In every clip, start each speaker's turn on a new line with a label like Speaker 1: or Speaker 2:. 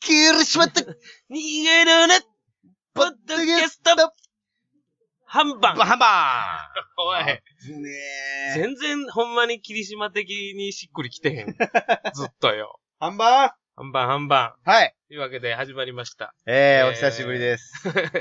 Speaker 1: キリしまった
Speaker 2: 逃げるねポッドキャスト半番
Speaker 1: ハンバ
Speaker 2: お
Speaker 1: ーン
Speaker 2: い、
Speaker 1: 危ねえ。
Speaker 2: 全然ほんまに霧島的にしっくりきてへん。ずっとよ。
Speaker 1: ハンバ
Speaker 2: 半番半番。
Speaker 1: ーンはい。
Speaker 2: というわけで始まりました。
Speaker 1: え
Speaker 2: え
Speaker 1: ー、
Speaker 2: ー
Speaker 1: お久しぶりです。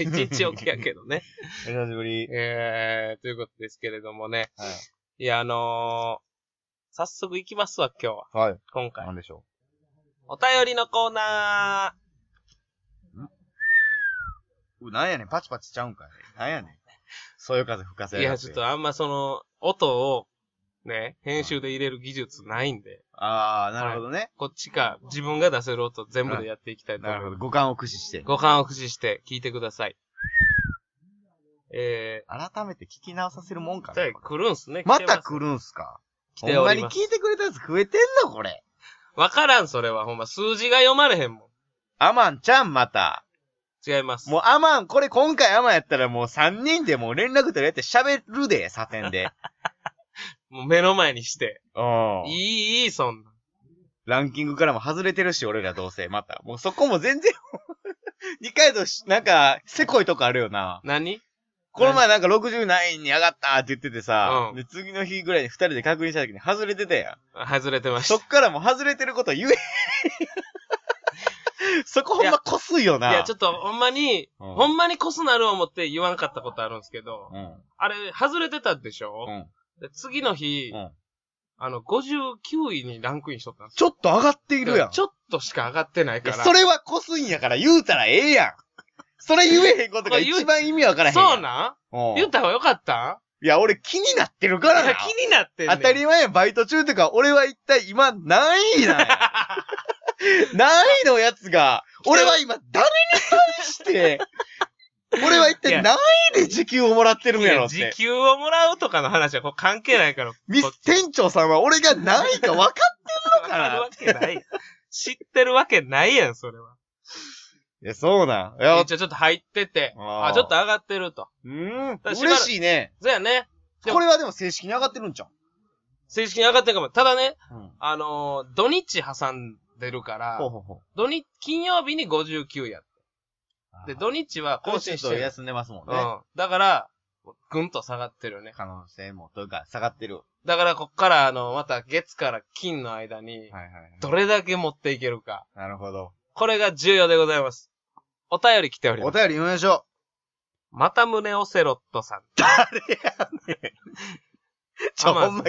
Speaker 2: 一日おきやけどね。
Speaker 1: お久しぶり。
Speaker 2: えー、ということですけれどもね。
Speaker 1: はい
Speaker 2: いや、あのー、早速行きますわ、今日は。
Speaker 1: はい。
Speaker 2: 今回
Speaker 1: な。んでしょ
Speaker 2: お便りのコーナ
Speaker 1: う。なんやねん、パチパチちゃうんかい。なんやねん。そよ風吹かせ
Speaker 2: ー。い
Speaker 1: やが
Speaker 2: や、
Speaker 1: って
Speaker 2: ちょっ。とあんまその、音を、ね、編集で入れる技術ないんで、
Speaker 1: あー、なるほどね。
Speaker 2: こっちか、自分が出せる音全部でやっていきたいと思
Speaker 1: ないる
Speaker 2: ま
Speaker 1: ほ
Speaker 2: す
Speaker 1: ど。。五感を駆使して。
Speaker 2: 五感を駆使して聞いてください。えー、
Speaker 1: 改めて聞き直させるもんか
Speaker 2: じゃあ
Speaker 1: な。
Speaker 2: 来るんすね。
Speaker 1: また
Speaker 2: る。
Speaker 1: 来るんすか
Speaker 2: 来
Speaker 1: ほん
Speaker 2: てお
Speaker 1: ま
Speaker 2: り
Speaker 1: に
Speaker 2: ます
Speaker 1: 聞いてくれたやつ増えてんのこれ。
Speaker 2: わからん、それは。ほんま、数字が読まれへんも
Speaker 1: アマンちゃんまた。
Speaker 2: ん。違います。
Speaker 1: もうアマン、これ今回アマンやったらもう3人でもう連絡取り合って喋るで、サテンで。
Speaker 2: もう目の前にして。
Speaker 1: うん
Speaker 2: いい、いい、そんな。
Speaker 1: ランキングからも外れてるし、俺らどうせ、また。もうそこも全然、 二回とし、なんか、せこいとこあるよな。
Speaker 2: 何
Speaker 1: この前なんか60何位に上がったって言っててさ、
Speaker 2: うん
Speaker 1: で次の日ぐらいに二人で確認した時に外れてたや
Speaker 2: 外れてま
Speaker 1: ん。
Speaker 2: し
Speaker 1: そっからもう外れてること言え。そこほんま こすいよ
Speaker 2: た。
Speaker 1: な。
Speaker 2: いや、ちょっと、ほんまに、
Speaker 1: うん
Speaker 2: ほんまにこすなる思って言わんかったことあるんですけど、
Speaker 1: うん。
Speaker 2: あれ、外れてたでしょ
Speaker 1: うん。
Speaker 2: で次の日、
Speaker 1: うん
Speaker 2: あの、59位にランクインしとったんです
Speaker 1: ちょっと上がっているやん。
Speaker 2: ちょっとしか上がってないから。
Speaker 1: いやそれはこすいんやから言うたらええやん。それ言えへんこと
Speaker 2: ま
Speaker 1: が
Speaker 2: あ言う
Speaker 1: 一番意味わからへんやん。
Speaker 2: そうなん
Speaker 1: うん
Speaker 2: 言った方がよかった
Speaker 1: いや、俺気になってる
Speaker 2: い
Speaker 1: からな
Speaker 2: や。気になってんねん
Speaker 1: 当たり前やバイト中とか、俺は一体今何位なんや 何位のやつが、俺は今誰に対して、俺は一体何位で時給をもらってるん
Speaker 2: い
Speaker 1: やろ
Speaker 2: や、
Speaker 1: っ
Speaker 2: 時
Speaker 1: て。
Speaker 2: 給をもらうとかの話はこう関係ないから。
Speaker 1: ミ
Speaker 2: こっ
Speaker 1: ス
Speaker 2: ち
Speaker 1: 店長さんは俺が何位か分か
Speaker 2: わ
Speaker 1: か
Speaker 2: かる
Speaker 1: ら
Speaker 2: わけない。知ってるわけないやん、それは。
Speaker 1: いや、そうなん。いや、
Speaker 2: 一応ちょっと入ってて、
Speaker 1: あー
Speaker 2: あ、ちょっと上がってると。
Speaker 1: うん。
Speaker 2: だからしばら
Speaker 1: 嬉しいね。
Speaker 2: そうやね。でも
Speaker 1: これはでも正式に上がってるんじゃん。
Speaker 2: 正式に上がってるかも。ただね、
Speaker 1: うん。
Speaker 2: あのー土日挟んでるから
Speaker 1: ほう、ほうほ
Speaker 2: 土日、金曜日に59やっ
Speaker 1: う。
Speaker 2: て。で、土日は更
Speaker 1: 更
Speaker 2: 新
Speaker 1: 新
Speaker 2: し
Speaker 1: してて
Speaker 2: る。
Speaker 1: 休んでますもん
Speaker 2: う
Speaker 1: ね。
Speaker 2: ん。だから、ぐんと下がってるね。
Speaker 1: 可能性も、というか、下がってる。は
Speaker 2: だから、こっから、あの、また月から金の間に
Speaker 1: い、はい。
Speaker 2: どれだけ持っていけるか。
Speaker 1: なるほど。
Speaker 2: これが重要でございます。お便り来ており
Speaker 1: お
Speaker 2: ます。
Speaker 1: 便り読みましょう。
Speaker 2: また胸オセロットさん。
Speaker 1: ちょ、
Speaker 2: アマン
Speaker 1: ほんま、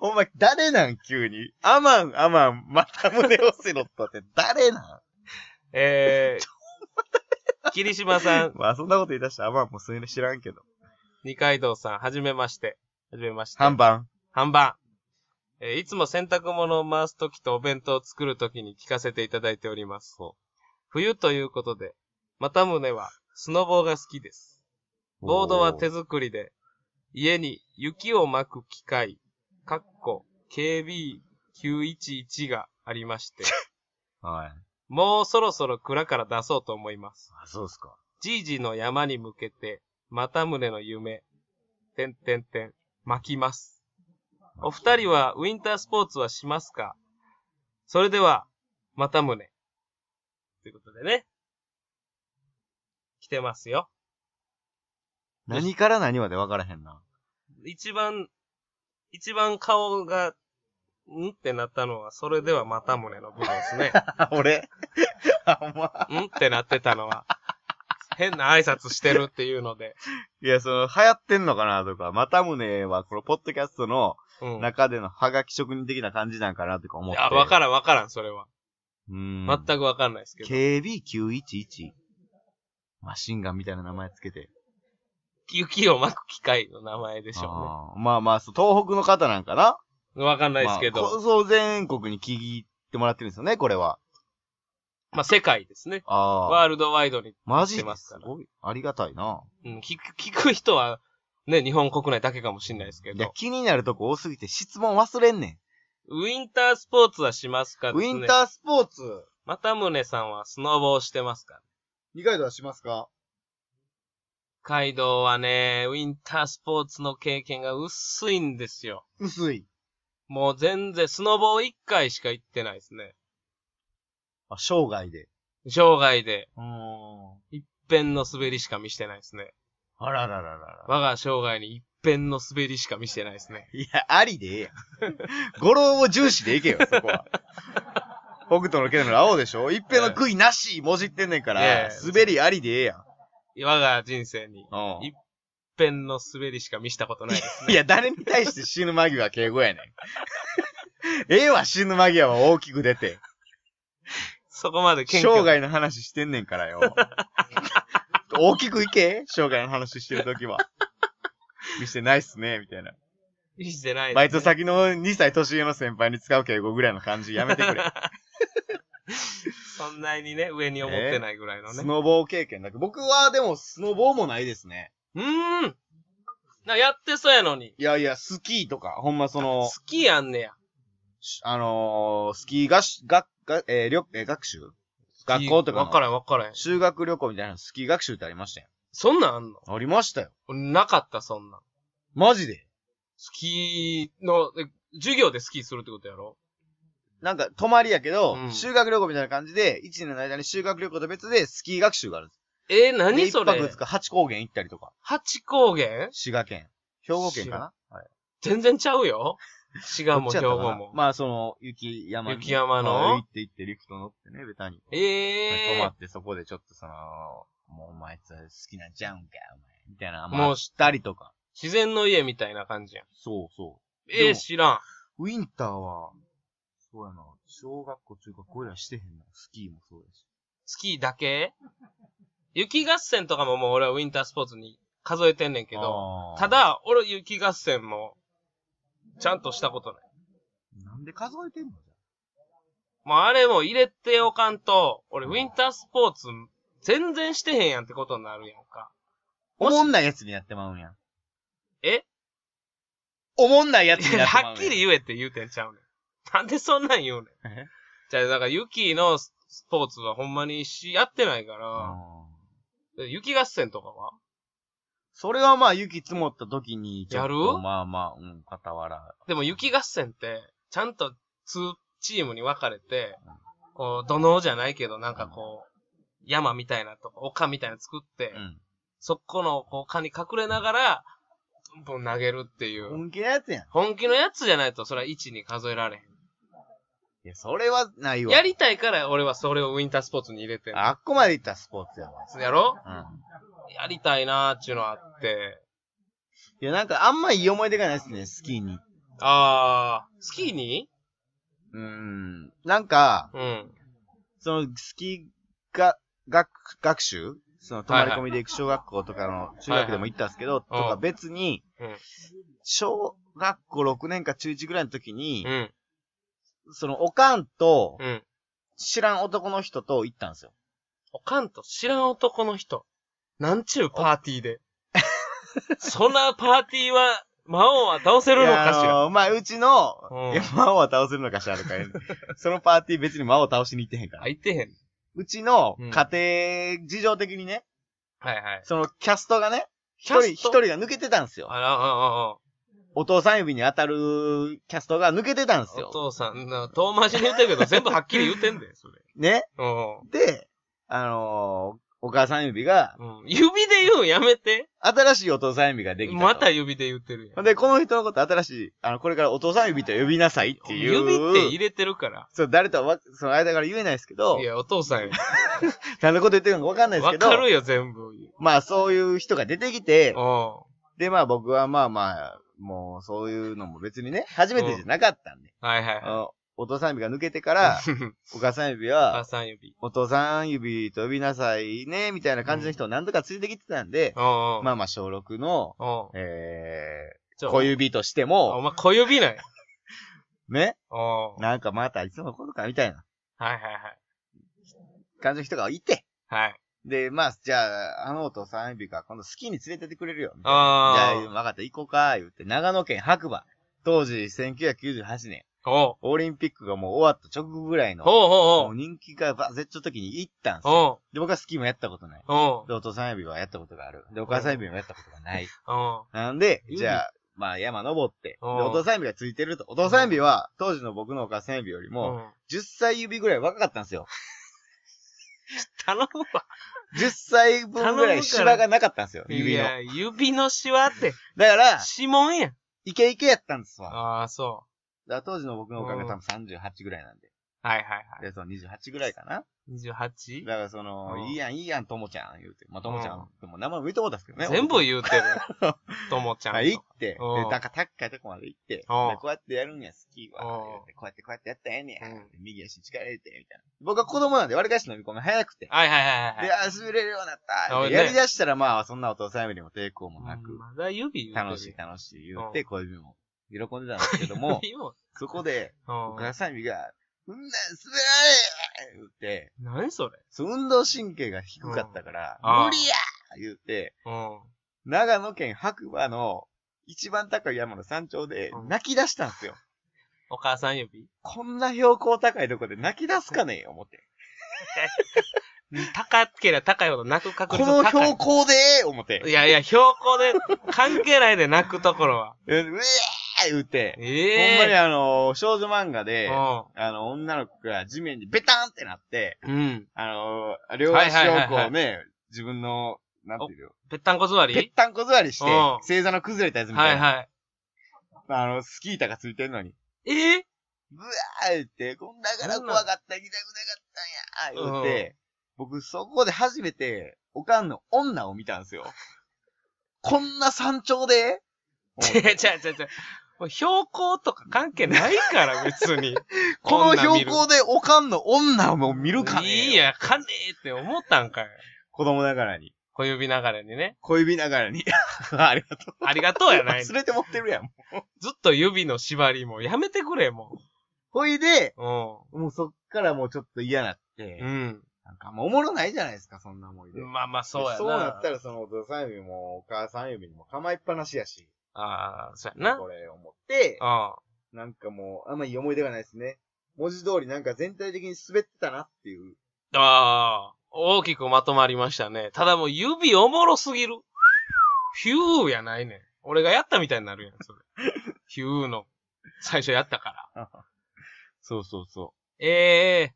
Speaker 1: ほんま、誰なん、急に。アマン、アマン、また胸オセロットって 誰なん
Speaker 2: えー、霧島さん、
Speaker 1: まあ、そんなこと言い出したらアマンもそれ知らんけど。
Speaker 2: 二階堂さん、はじめまして。はじめまして。
Speaker 1: 半ばん。
Speaker 2: 半番。えーいつも洗濯物を回すときとお弁当を作るときに聞かせていただいております。冬ということで、また胸はスノボーが好きです。ボードは手作りで、家に雪を巻く機械、かっこ KB911 がありま して、
Speaker 1: はい。
Speaker 2: もうそろそろ蔵から出そうと思います。
Speaker 1: あ、そうっすか。
Speaker 2: じージの山に向けて、また胸の夢、てんてんてん、巻きます。お二人はウィンタースポーツはしますかそれでは、また胸。ということでね。来てますよ。
Speaker 1: 何から何まで分からへんな。
Speaker 2: 一番、一番顔が、んってなったのは、それではまた胸の部分です ね。
Speaker 1: 俺あ、ほんま。
Speaker 2: んってなってたのは、変な挨拶してるっていうので。
Speaker 1: いや、その、流行ってんのかなとか、また胸は、この、ポッドキャストの
Speaker 2: うん。
Speaker 1: 中でのハガキ職人的な感じなんかなとか思って。
Speaker 2: あ、わかららんわからん、それは。
Speaker 1: ん。うん。
Speaker 2: 全くわかんないですけど。
Speaker 1: KB911。マシンガンみたいな名前つけて。
Speaker 2: 雪を巻く機械の名前でしょ
Speaker 1: あーまあまあ、そう東北の方なんかな
Speaker 2: うね。わかんないですけど。
Speaker 1: ま
Speaker 2: ま
Speaker 1: あ
Speaker 2: あ、
Speaker 1: こそう、全国に聞いてもらってるんですよね、これは。
Speaker 2: 世界ですね。
Speaker 1: あ
Speaker 2: ワ
Speaker 1: あ。
Speaker 2: ールドワイドに。
Speaker 1: マ
Speaker 2: し
Speaker 1: ジ
Speaker 2: て
Speaker 1: で
Speaker 2: ます
Speaker 1: す
Speaker 2: から
Speaker 1: ごい。ありがたいな。
Speaker 2: うん、聞く、聞く人は、ね、日本国内だけかもしれないですけ
Speaker 1: いや
Speaker 2: ど、。
Speaker 1: 気になるとこ多すぎて質問忘れんね
Speaker 2: ウィンタースポーツはしますか
Speaker 1: ん。
Speaker 2: です
Speaker 1: ウ
Speaker 2: ね。
Speaker 1: ィンタースポーツ、
Speaker 2: またむねさんはスノボをしてますか
Speaker 1: 二階堂はしますか
Speaker 2: カイドウはね、ウィンタースポーツの経験が薄いんですよ。
Speaker 1: 薄い。
Speaker 2: もう全然、スノボを1回しか行ってないですね。
Speaker 1: あ、生涯で。
Speaker 2: 生涯で
Speaker 1: うーん。
Speaker 2: 一遍の滑りしか見してないですね。
Speaker 1: あららららら。
Speaker 2: 我が生涯に一遍の滑りしか見してないですね。
Speaker 1: いや、ありで ええやん。語呂を重視でいけよ、そこは。北斗の剣の青でしょ一平の悔いなし、もじってんねんか
Speaker 2: いやい
Speaker 1: ら
Speaker 2: や、
Speaker 1: 滑りありでええやん。
Speaker 2: 我が人生に
Speaker 1: うん
Speaker 2: い一遍の滑りしか見したことないですね。
Speaker 1: いや、誰に対して死ぬ間際敬語やねん。ええわ、死ぬ間際は大きく出て。
Speaker 2: そこまで謙虚
Speaker 1: 生涯の話してんねんからよ。大きくいけ生涯の話してるときは。見してないっすね、みたいな。
Speaker 2: にしてない、
Speaker 1: バイト先の2歳年上の先輩に使う敬語ぐらいの感じやめて くれ。
Speaker 2: そんなにね、上に思ってないぐらいのね。
Speaker 1: スノボー経験だけ。僕はでもスノボーもないですね。
Speaker 2: うーん。な、やってそうやのに。
Speaker 1: いやいや、スキーとか、ほんまその
Speaker 2: 好、きやんねや。
Speaker 1: あのースキーがし、が、が、えーりょえー学習学校とか
Speaker 2: わか
Speaker 1: の、
Speaker 2: らんわからん。
Speaker 1: 修学旅行みたいなスキー学習ってありましたよ。
Speaker 2: そんなんあんの
Speaker 1: ありましたよ。
Speaker 2: 俺なかった、そんなん。
Speaker 1: マジで。
Speaker 2: スキーの、え授業でスキーするってことやろ
Speaker 1: なんか、泊まりやけど、
Speaker 2: うん
Speaker 1: 修学旅行みたいな感じで、1年の間に修学旅行と別でスキー学習があるんです。
Speaker 2: えー、
Speaker 1: で
Speaker 2: 何そ
Speaker 1: 一
Speaker 2: れ
Speaker 1: 泊二日、八高原行ったりとか、
Speaker 2: 八高原
Speaker 1: 滋賀県、兵庫県かなあれ
Speaker 2: 全然ちゃうよ。滋賀も
Speaker 1: こっ
Speaker 2: 兵
Speaker 1: ちやった
Speaker 2: 庫
Speaker 1: かな
Speaker 2: も。
Speaker 1: まあ、その、雪山に
Speaker 2: 雪山の
Speaker 1: はい行って行って、リフト乗ってね、ベタに。
Speaker 2: え
Speaker 1: 泊ま
Speaker 2: え
Speaker 1: って、そこでちょっとその、もうお前つ好きなんちゃうんかお前。みたいな。
Speaker 2: もう
Speaker 1: 知ったりとか。
Speaker 2: 自然の家みたいな感じやん。
Speaker 1: そうそ
Speaker 2: え
Speaker 1: で
Speaker 2: え
Speaker 1: も
Speaker 2: 知らん。
Speaker 1: う。ウィンターは、そうやな。小学校、中学校ぐらいしてへんな。スキーもそうだし。
Speaker 2: スキーだけ雪合戦とかももう俺はウィンタースポーツに数えてんねんけど、
Speaker 1: あー
Speaker 2: た、だ、俺雪合戦も、ちゃんとしたことない。
Speaker 1: なんで数えてんのじ
Speaker 2: もうあれも入れておかんと、俺ウィンタースポーツ全然してへんやんってことになるやんか。
Speaker 1: ゃ。おもんないやつにやってまうんや。
Speaker 2: え
Speaker 1: おもんないやつにやってまうんや
Speaker 2: はっきり言えって言うてんちゃうねん。なんでそんなん言うねん。
Speaker 1: え
Speaker 2: じゃあ、だから雪のスポーツはほんまにし、やってないか
Speaker 1: う
Speaker 2: ら、
Speaker 1: ん
Speaker 2: 雪合戦とかは
Speaker 1: それはまあ、雪積もった時に、ちょっ
Speaker 2: や
Speaker 1: と
Speaker 2: る
Speaker 1: まあまあ、うん、傍ら。
Speaker 2: でも雪合戦って、ちゃんと2チームに分かれて、こう、土のじゃないけど、なんかこう、山みたいなとか、丘みたいなの作って、
Speaker 1: うん。
Speaker 2: そこのこう丘に隠れながら、ブンブン投げるっていう。
Speaker 1: 本気なやつやん。い
Speaker 2: 本気のやつじゃないと、それは1に数えられへん。
Speaker 1: や、それはないわ。
Speaker 2: やりたいから、俺はそれをウィンタースポーツに入れてんの
Speaker 1: あっこまで行ったらスポーツやわ。
Speaker 2: やろ
Speaker 1: うん。
Speaker 2: やりたいなーっていうのはあって。
Speaker 1: いや、なんかあんまいい思い出がないですね、スキーに。
Speaker 2: あー、スキーに
Speaker 1: うーん。なんか、
Speaker 2: うん。
Speaker 1: その、スキーが、学、学習その、泊まり込みで行く小学校とかの、中学でも行ったんですけど、
Speaker 2: はい
Speaker 1: とか別に、
Speaker 2: うん
Speaker 1: 小学校6年か中1ぐらいの時に
Speaker 2: う、ん。
Speaker 1: その、おかんと、
Speaker 2: うん。
Speaker 1: 知らん男の人と行ったんですよ。
Speaker 2: おかんと知らん男の人。なんちゅうパーティーで。そんなパーティーは、魔王は倒せるのかしら。
Speaker 1: いやあのーまあ、うちの、
Speaker 2: うん
Speaker 1: いや魔王は倒せるのかしらとか 言う、そのパーティー別に魔王倒しに行ってへんから。
Speaker 2: 入ってへん。
Speaker 1: うちの
Speaker 2: うん
Speaker 1: 家庭事情的にね、
Speaker 2: はいはい。
Speaker 1: そのキャストがね、一人、一
Speaker 2: キャスト
Speaker 1: 人が抜けてたんですよ。
Speaker 2: あら、あ
Speaker 1: お父さん指に当たるキャストが抜けてたんです
Speaker 2: あ、お
Speaker 1: よ。
Speaker 2: 父さん、な遠回しに言ってるけど、全部はっきり言うてんだよ、それ。
Speaker 1: ね。
Speaker 2: う
Speaker 1: で、あのーお母さん指が、
Speaker 2: ん。うん。指で言うんやめて。
Speaker 1: 新しいお父さん指ができたと。
Speaker 2: また指で言ってるや
Speaker 1: ほ
Speaker 2: ん。
Speaker 1: んで、この人のこと新しい、あの、これからお父さん指と呼びなさいっていう。
Speaker 2: 指って入れてるから。
Speaker 1: そう、誰とはわ、その間から言えないですけど
Speaker 2: い、や、お父さんや。
Speaker 1: 何のこと言ってるのかわかんないです
Speaker 2: わ
Speaker 1: けど、
Speaker 2: かるよ、全部。
Speaker 1: まあそういう人が出てきて、
Speaker 2: うん。
Speaker 1: で、まあ僕はまあまあ、もうそういうのも別にね、初めてじゃなかったんで、
Speaker 2: はいはい
Speaker 1: あ
Speaker 2: は
Speaker 1: のお父さん指が抜けてか
Speaker 2: い。
Speaker 1: ら、お母さん指 は
Speaker 2: 母、さん指。
Speaker 1: お父さん指と呼びなさいね、みたいな感じの人を何度か連れてきてたんで、
Speaker 2: うんうん。
Speaker 1: まあまあ小6の、
Speaker 2: うん。
Speaker 1: え
Speaker 2: ち
Speaker 1: ー、
Speaker 2: ょ
Speaker 1: 小。指として
Speaker 2: お
Speaker 1: も、
Speaker 2: 前小指なんや。
Speaker 1: ね、
Speaker 2: うん。はい
Speaker 1: なんかまたいつものことかみたいな
Speaker 2: はいはい。
Speaker 1: 感じの人がいて、
Speaker 2: はい。
Speaker 1: で、まあ、じゃあ、あのお父さん指が今度スキーに連れてってくれるよ。みたいなじゃ
Speaker 2: あ
Speaker 1: あ、分かった、行こうか、言って、長野県白馬。当時、1998年、
Speaker 2: あ。おう。
Speaker 1: オリンピックがもう終わった直後ぐらいの、
Speaker 2: ほう
Speaker 1: も
Speaker 2: ほうほ
Speaker 1: う
Speaker 2: う。
Speaker 1: 人気がバ絶頂の時に行ったんですよ。
Speaker 2: お
Speaker 1: で、僕はスキーもやったことない。
Speaker 2: う。おう。
Speaker 1: で、お父さん指はやったことがある。で、お母さん指もやったことが ない。
Speaker 2: おう。
Speaker 1: なんで、
Speaker 2: うん
Speaker 1: じゃあ、まあ山登って、で、
Speaker 2: うん
Speaker 1: お父さん指がついてると。お父さん指は、当時の僕のお母さん指よりも、
Speaker 2: う
Speaker 1: 10歳指ぐらい若かったんですよ。
Speaker 2: 頼むわ。
Speaker 1: 10歳分ぐらいシワがなかったんですよ、
Speaker 2: い
Speaker 1: 指の。
Speaker 2: や、指のシワって、
Speaker 1: だから、
Speaker 2: 指紋やん。
Speaker 1: イケイケやったんですわ。
Speaker 2: ああ、そ
Speaker 1: だから当時の僕のおかげ多分38ぐらいなんで。
Speaker 2: う。はいはいは
Speaker 1: で、その28ぐらいかな。
Speaker 2: い。28?
Speaker 1: だからその、
Speaker 2: うん
Speaker 1: いいやん、いいやん、ともちゃん言うて。まあ、ともちゃ
Speaker 2: うん
Speaker 1: ん、でも名前見たことですけどね。
Speaker 2: 全部言うてる。ともちゃん
Speaker 1: は
Speaker 2: と。
Speaker 1: い、行って、で、
Speaker 2: うん
Speaker 1: なんか高いとこまで行って、で
Speaker 2: うん
Speaker 1: こうやってやるんや、好き
Speaker 2: うん
Speaker 1: は。でこうやってこうやってやったらええねや
Speaker 2: うん。
Speaker 1: 右足力入れて、みたいな。僕は子供なんで割り返し飲み込み早くて。
Speaker 2: はいはいはいはい
Speaker 1: で、
Speaker 2: はい。
Speaker 1: あ滑れるようになった。
Speaker 2: そう
Speaker 1: で
Speaker 2: ね
Speaker 1: やり出したらまあ、そんなお父さんよりも抵抗もな
Speaker 2: うん
Speaker 1: く、
Speaker 2: まだ指言うてる。
Speaker 1: 楽しい楽しい言っ
Speaker 2: う
Speaker 1: て、小指も喜んでたんですけど も、
Speaker 2: 指も。
Speaker 1: そこで、お
Speaker 2: う
Speaker 1: 母
Speaker 2: ん。
Speaker 1: さん指が、そんなん滑られ言って、
Speaker 2: 何それ
Speaker 1: そう運動神経が低かったから、
Speaker 2: うんあー
Speaker 1: 無理や言って、
Speaker 2: うん。
Speaker 1: 長野県白馬の一番高い山の山頂で
Speaker 2: うん
Speaker 1: 泣き出したんですよ。
Speaker 2: お母さん指
Speaker 1: こんな標高高いとこで泣き出すかねえ思って。
Speaker 2: 高ければ高いほど泣く確
Speaker 1: こ
Speaker 2: 率
Speaker 1: の
Speaker 2: 高い
Speaker 1: 標。高で思って。
Speaker 2: いやいや、標高で関係ないで泣くところは。
Speaker 1: うえー言って。ほんまに
Speaker 2: ええ。
Speaker 1: あの、少女漫画で、
Speaker 2: ほ
Speaker 1: あの、女の子が地面にベタンってなって、
Speaker 2: んまに。うん。
Speaker 1: あの、両足をこ
Speaker 2: はいは
Speaker 1: う
Speaker 2: い
Speaker 1: ね、自分の、なんていうの、
Speaker 2: ぺったんこ座
Speaker 1: ぺっ
Speaker 2: り
Speaker 1: たんこ座りして
Speaker 2: うん、
Speaker 1: 星座の崩れたやつみた
Speaker 2: はいい
Speaker 1: な。
Speaker 2: は
Speaker 1: あの、スキー板がついてんのに。
Speaker 2: い。ええ
Speaker 1: ブワーって、こんだから怖かった、行きたくなかったんや、言うて、僕そこで初めて、おかんの女を見たんですよ。 こんな山 頂で思っ
Speaker 2: 違う違う違
Speaker 1: て
Speaker 2: う違う。もう標高とか関係ないから、別に。
Speaker 1: この
Speaker 2: 女見
Speaker 1: 標
Speaker 2: る
Speaker 1: 高でおかんの女を見るかね
Speaker 2: いい。や、かねえって思ったんかい。
Speaker 1: 子供ながらに。
Speaker 2: 小指ながらにね。
Speaker 1: 小指ながらに。 ありがとう。
Speaker 2: ありがとうやない。
Speaker 1: 忘
Speaker 2: ず
Speaker 1: れて持ってるやん。
Speaker 2: っと指の縛りもやめてくれ、も
Speaker 1: ほいで、
Speaker 2: う。
Speaker 1: もうそっからもうちょっと嫌なって、
Speaker 2: うん。
Speaker 1: なんかもうおもろないじゃないですか、そんな思いで。
Speaker 2: うん。まあまあ、そうやな。
Speaker 1: そうなったらそのお父さん指もお母さん指も構いっぱなしやし。
Speaker 2: ああ、そうやな。
Speaker 1: これ思って、
Speaker 2: あ
Speaker 1: なんかもう、あんまいい思い出がないですね。文字通りなんか全体的に滑ってたなっていう。
Speaker 2: あ。ああ。大きくまとまりましたね。ただもう指おもろすぎる。ヒューやないねん。俺がやったみたいになるやん、 それ。ヒューの、最初やったから。
Speaker 1: そうそうそ
Speaker 2: ええ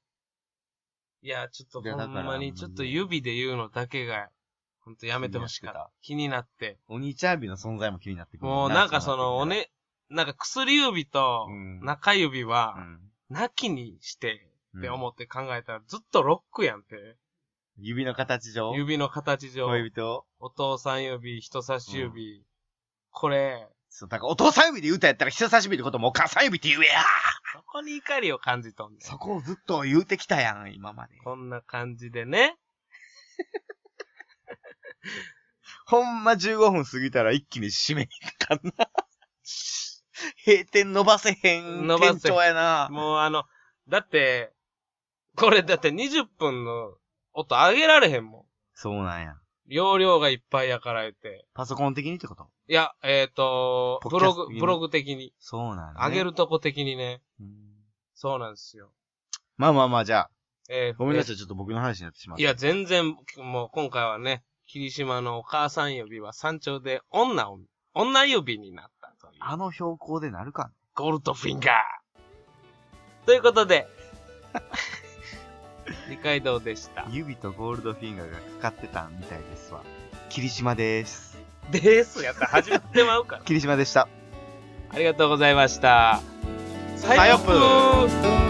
Speaker 2: いや、ちょっと
Speaker 1: いや
Speaker 2: ほ
Speaker 1: だ
Speaker 2: ん
Speaker 1: から
Speaker 2: まに、ちょっと指で言うのだけが、ほんとやめてほしかった。気になって。
Speaker 1: う。お兄ちゃん指の存在も気になってくる
Speaker 2: もうなんかその、お、ね、なんか薬指と
Speaker 1: うん
Speaker 2: 中指
Speaker 1: う
Speaker 2: は、
Speaker 1: ん
Speaker 2: なきにしてって
Speaker 1: うん
Speaker 2: 思って考えたら、ずっとロックやんて。
Speaker 1: 指の形上
Speaker 2: 指の形上、
Speaker 1: 恋人
Speaker 2: お父さん指、人差し指。これ、
Speaker 1: そう、だからお父さん指で言うたやったら人差し指ってこともお母さん指って言えや
Speaker 2: そこに怒りを感じとんねん
Speaker 1: そこをずっと言うてきたやん、今まで。
Speaker 2: こんな感じでね。
Speaker 1: ほんま15分過ぎたら一気に締めに行かんな。閉店伸ばせへん。
Speaker 2: 伸ばせへん
Speaker 1: 店長やな。
Speaker 2: もうあの、だって、これだって20分の音上げられへんもん。
Speaker 1: そうなんや。
Speaker 2: 容量がいっぱいやから言って。
Speaker 1: パソコン的にってこと
Speaker 2: いや、えっ、と、
Speaker 1: ポッ
Speaker 2: ブ
Speaker 1: キャ
Speaker 2: ロ
Speaker 1: スト
Speaker 2: グ、
Speaker 1: 的に
Speaker 2: ブログ的に。
Speaker 1: そうなんや
Speaker 2: 上げるとこ的にね。
Speaker 1: うん
Speaker 2: そうなんですよ。
Speaker 1: まあまあまあ、じゃあ、
Speaker 2: えー
Speaker 1: ごめんなさい、ちょっと僕の話になってしまっ
Speaker 2: い
Speaker 1: た。
Speaker 2: や、全然、もう今回はね、霧島のお母さん指は山頂で女を、女指になったという。
Speaker 1: あの標高でなるかね
Speaker 2: ゴールドフィンガーということ で、二階堂でした。
Speaker 1: 指とゴールドフィンガーがかかってたみたいですわ。霧島です。
Speaker 2: ですやったら始まってまうから。
Speaker 1: 霧島でした。
Speaker 2: ありがとうございました。
Speaker 1: さよぷー
Speaker 2: ぷー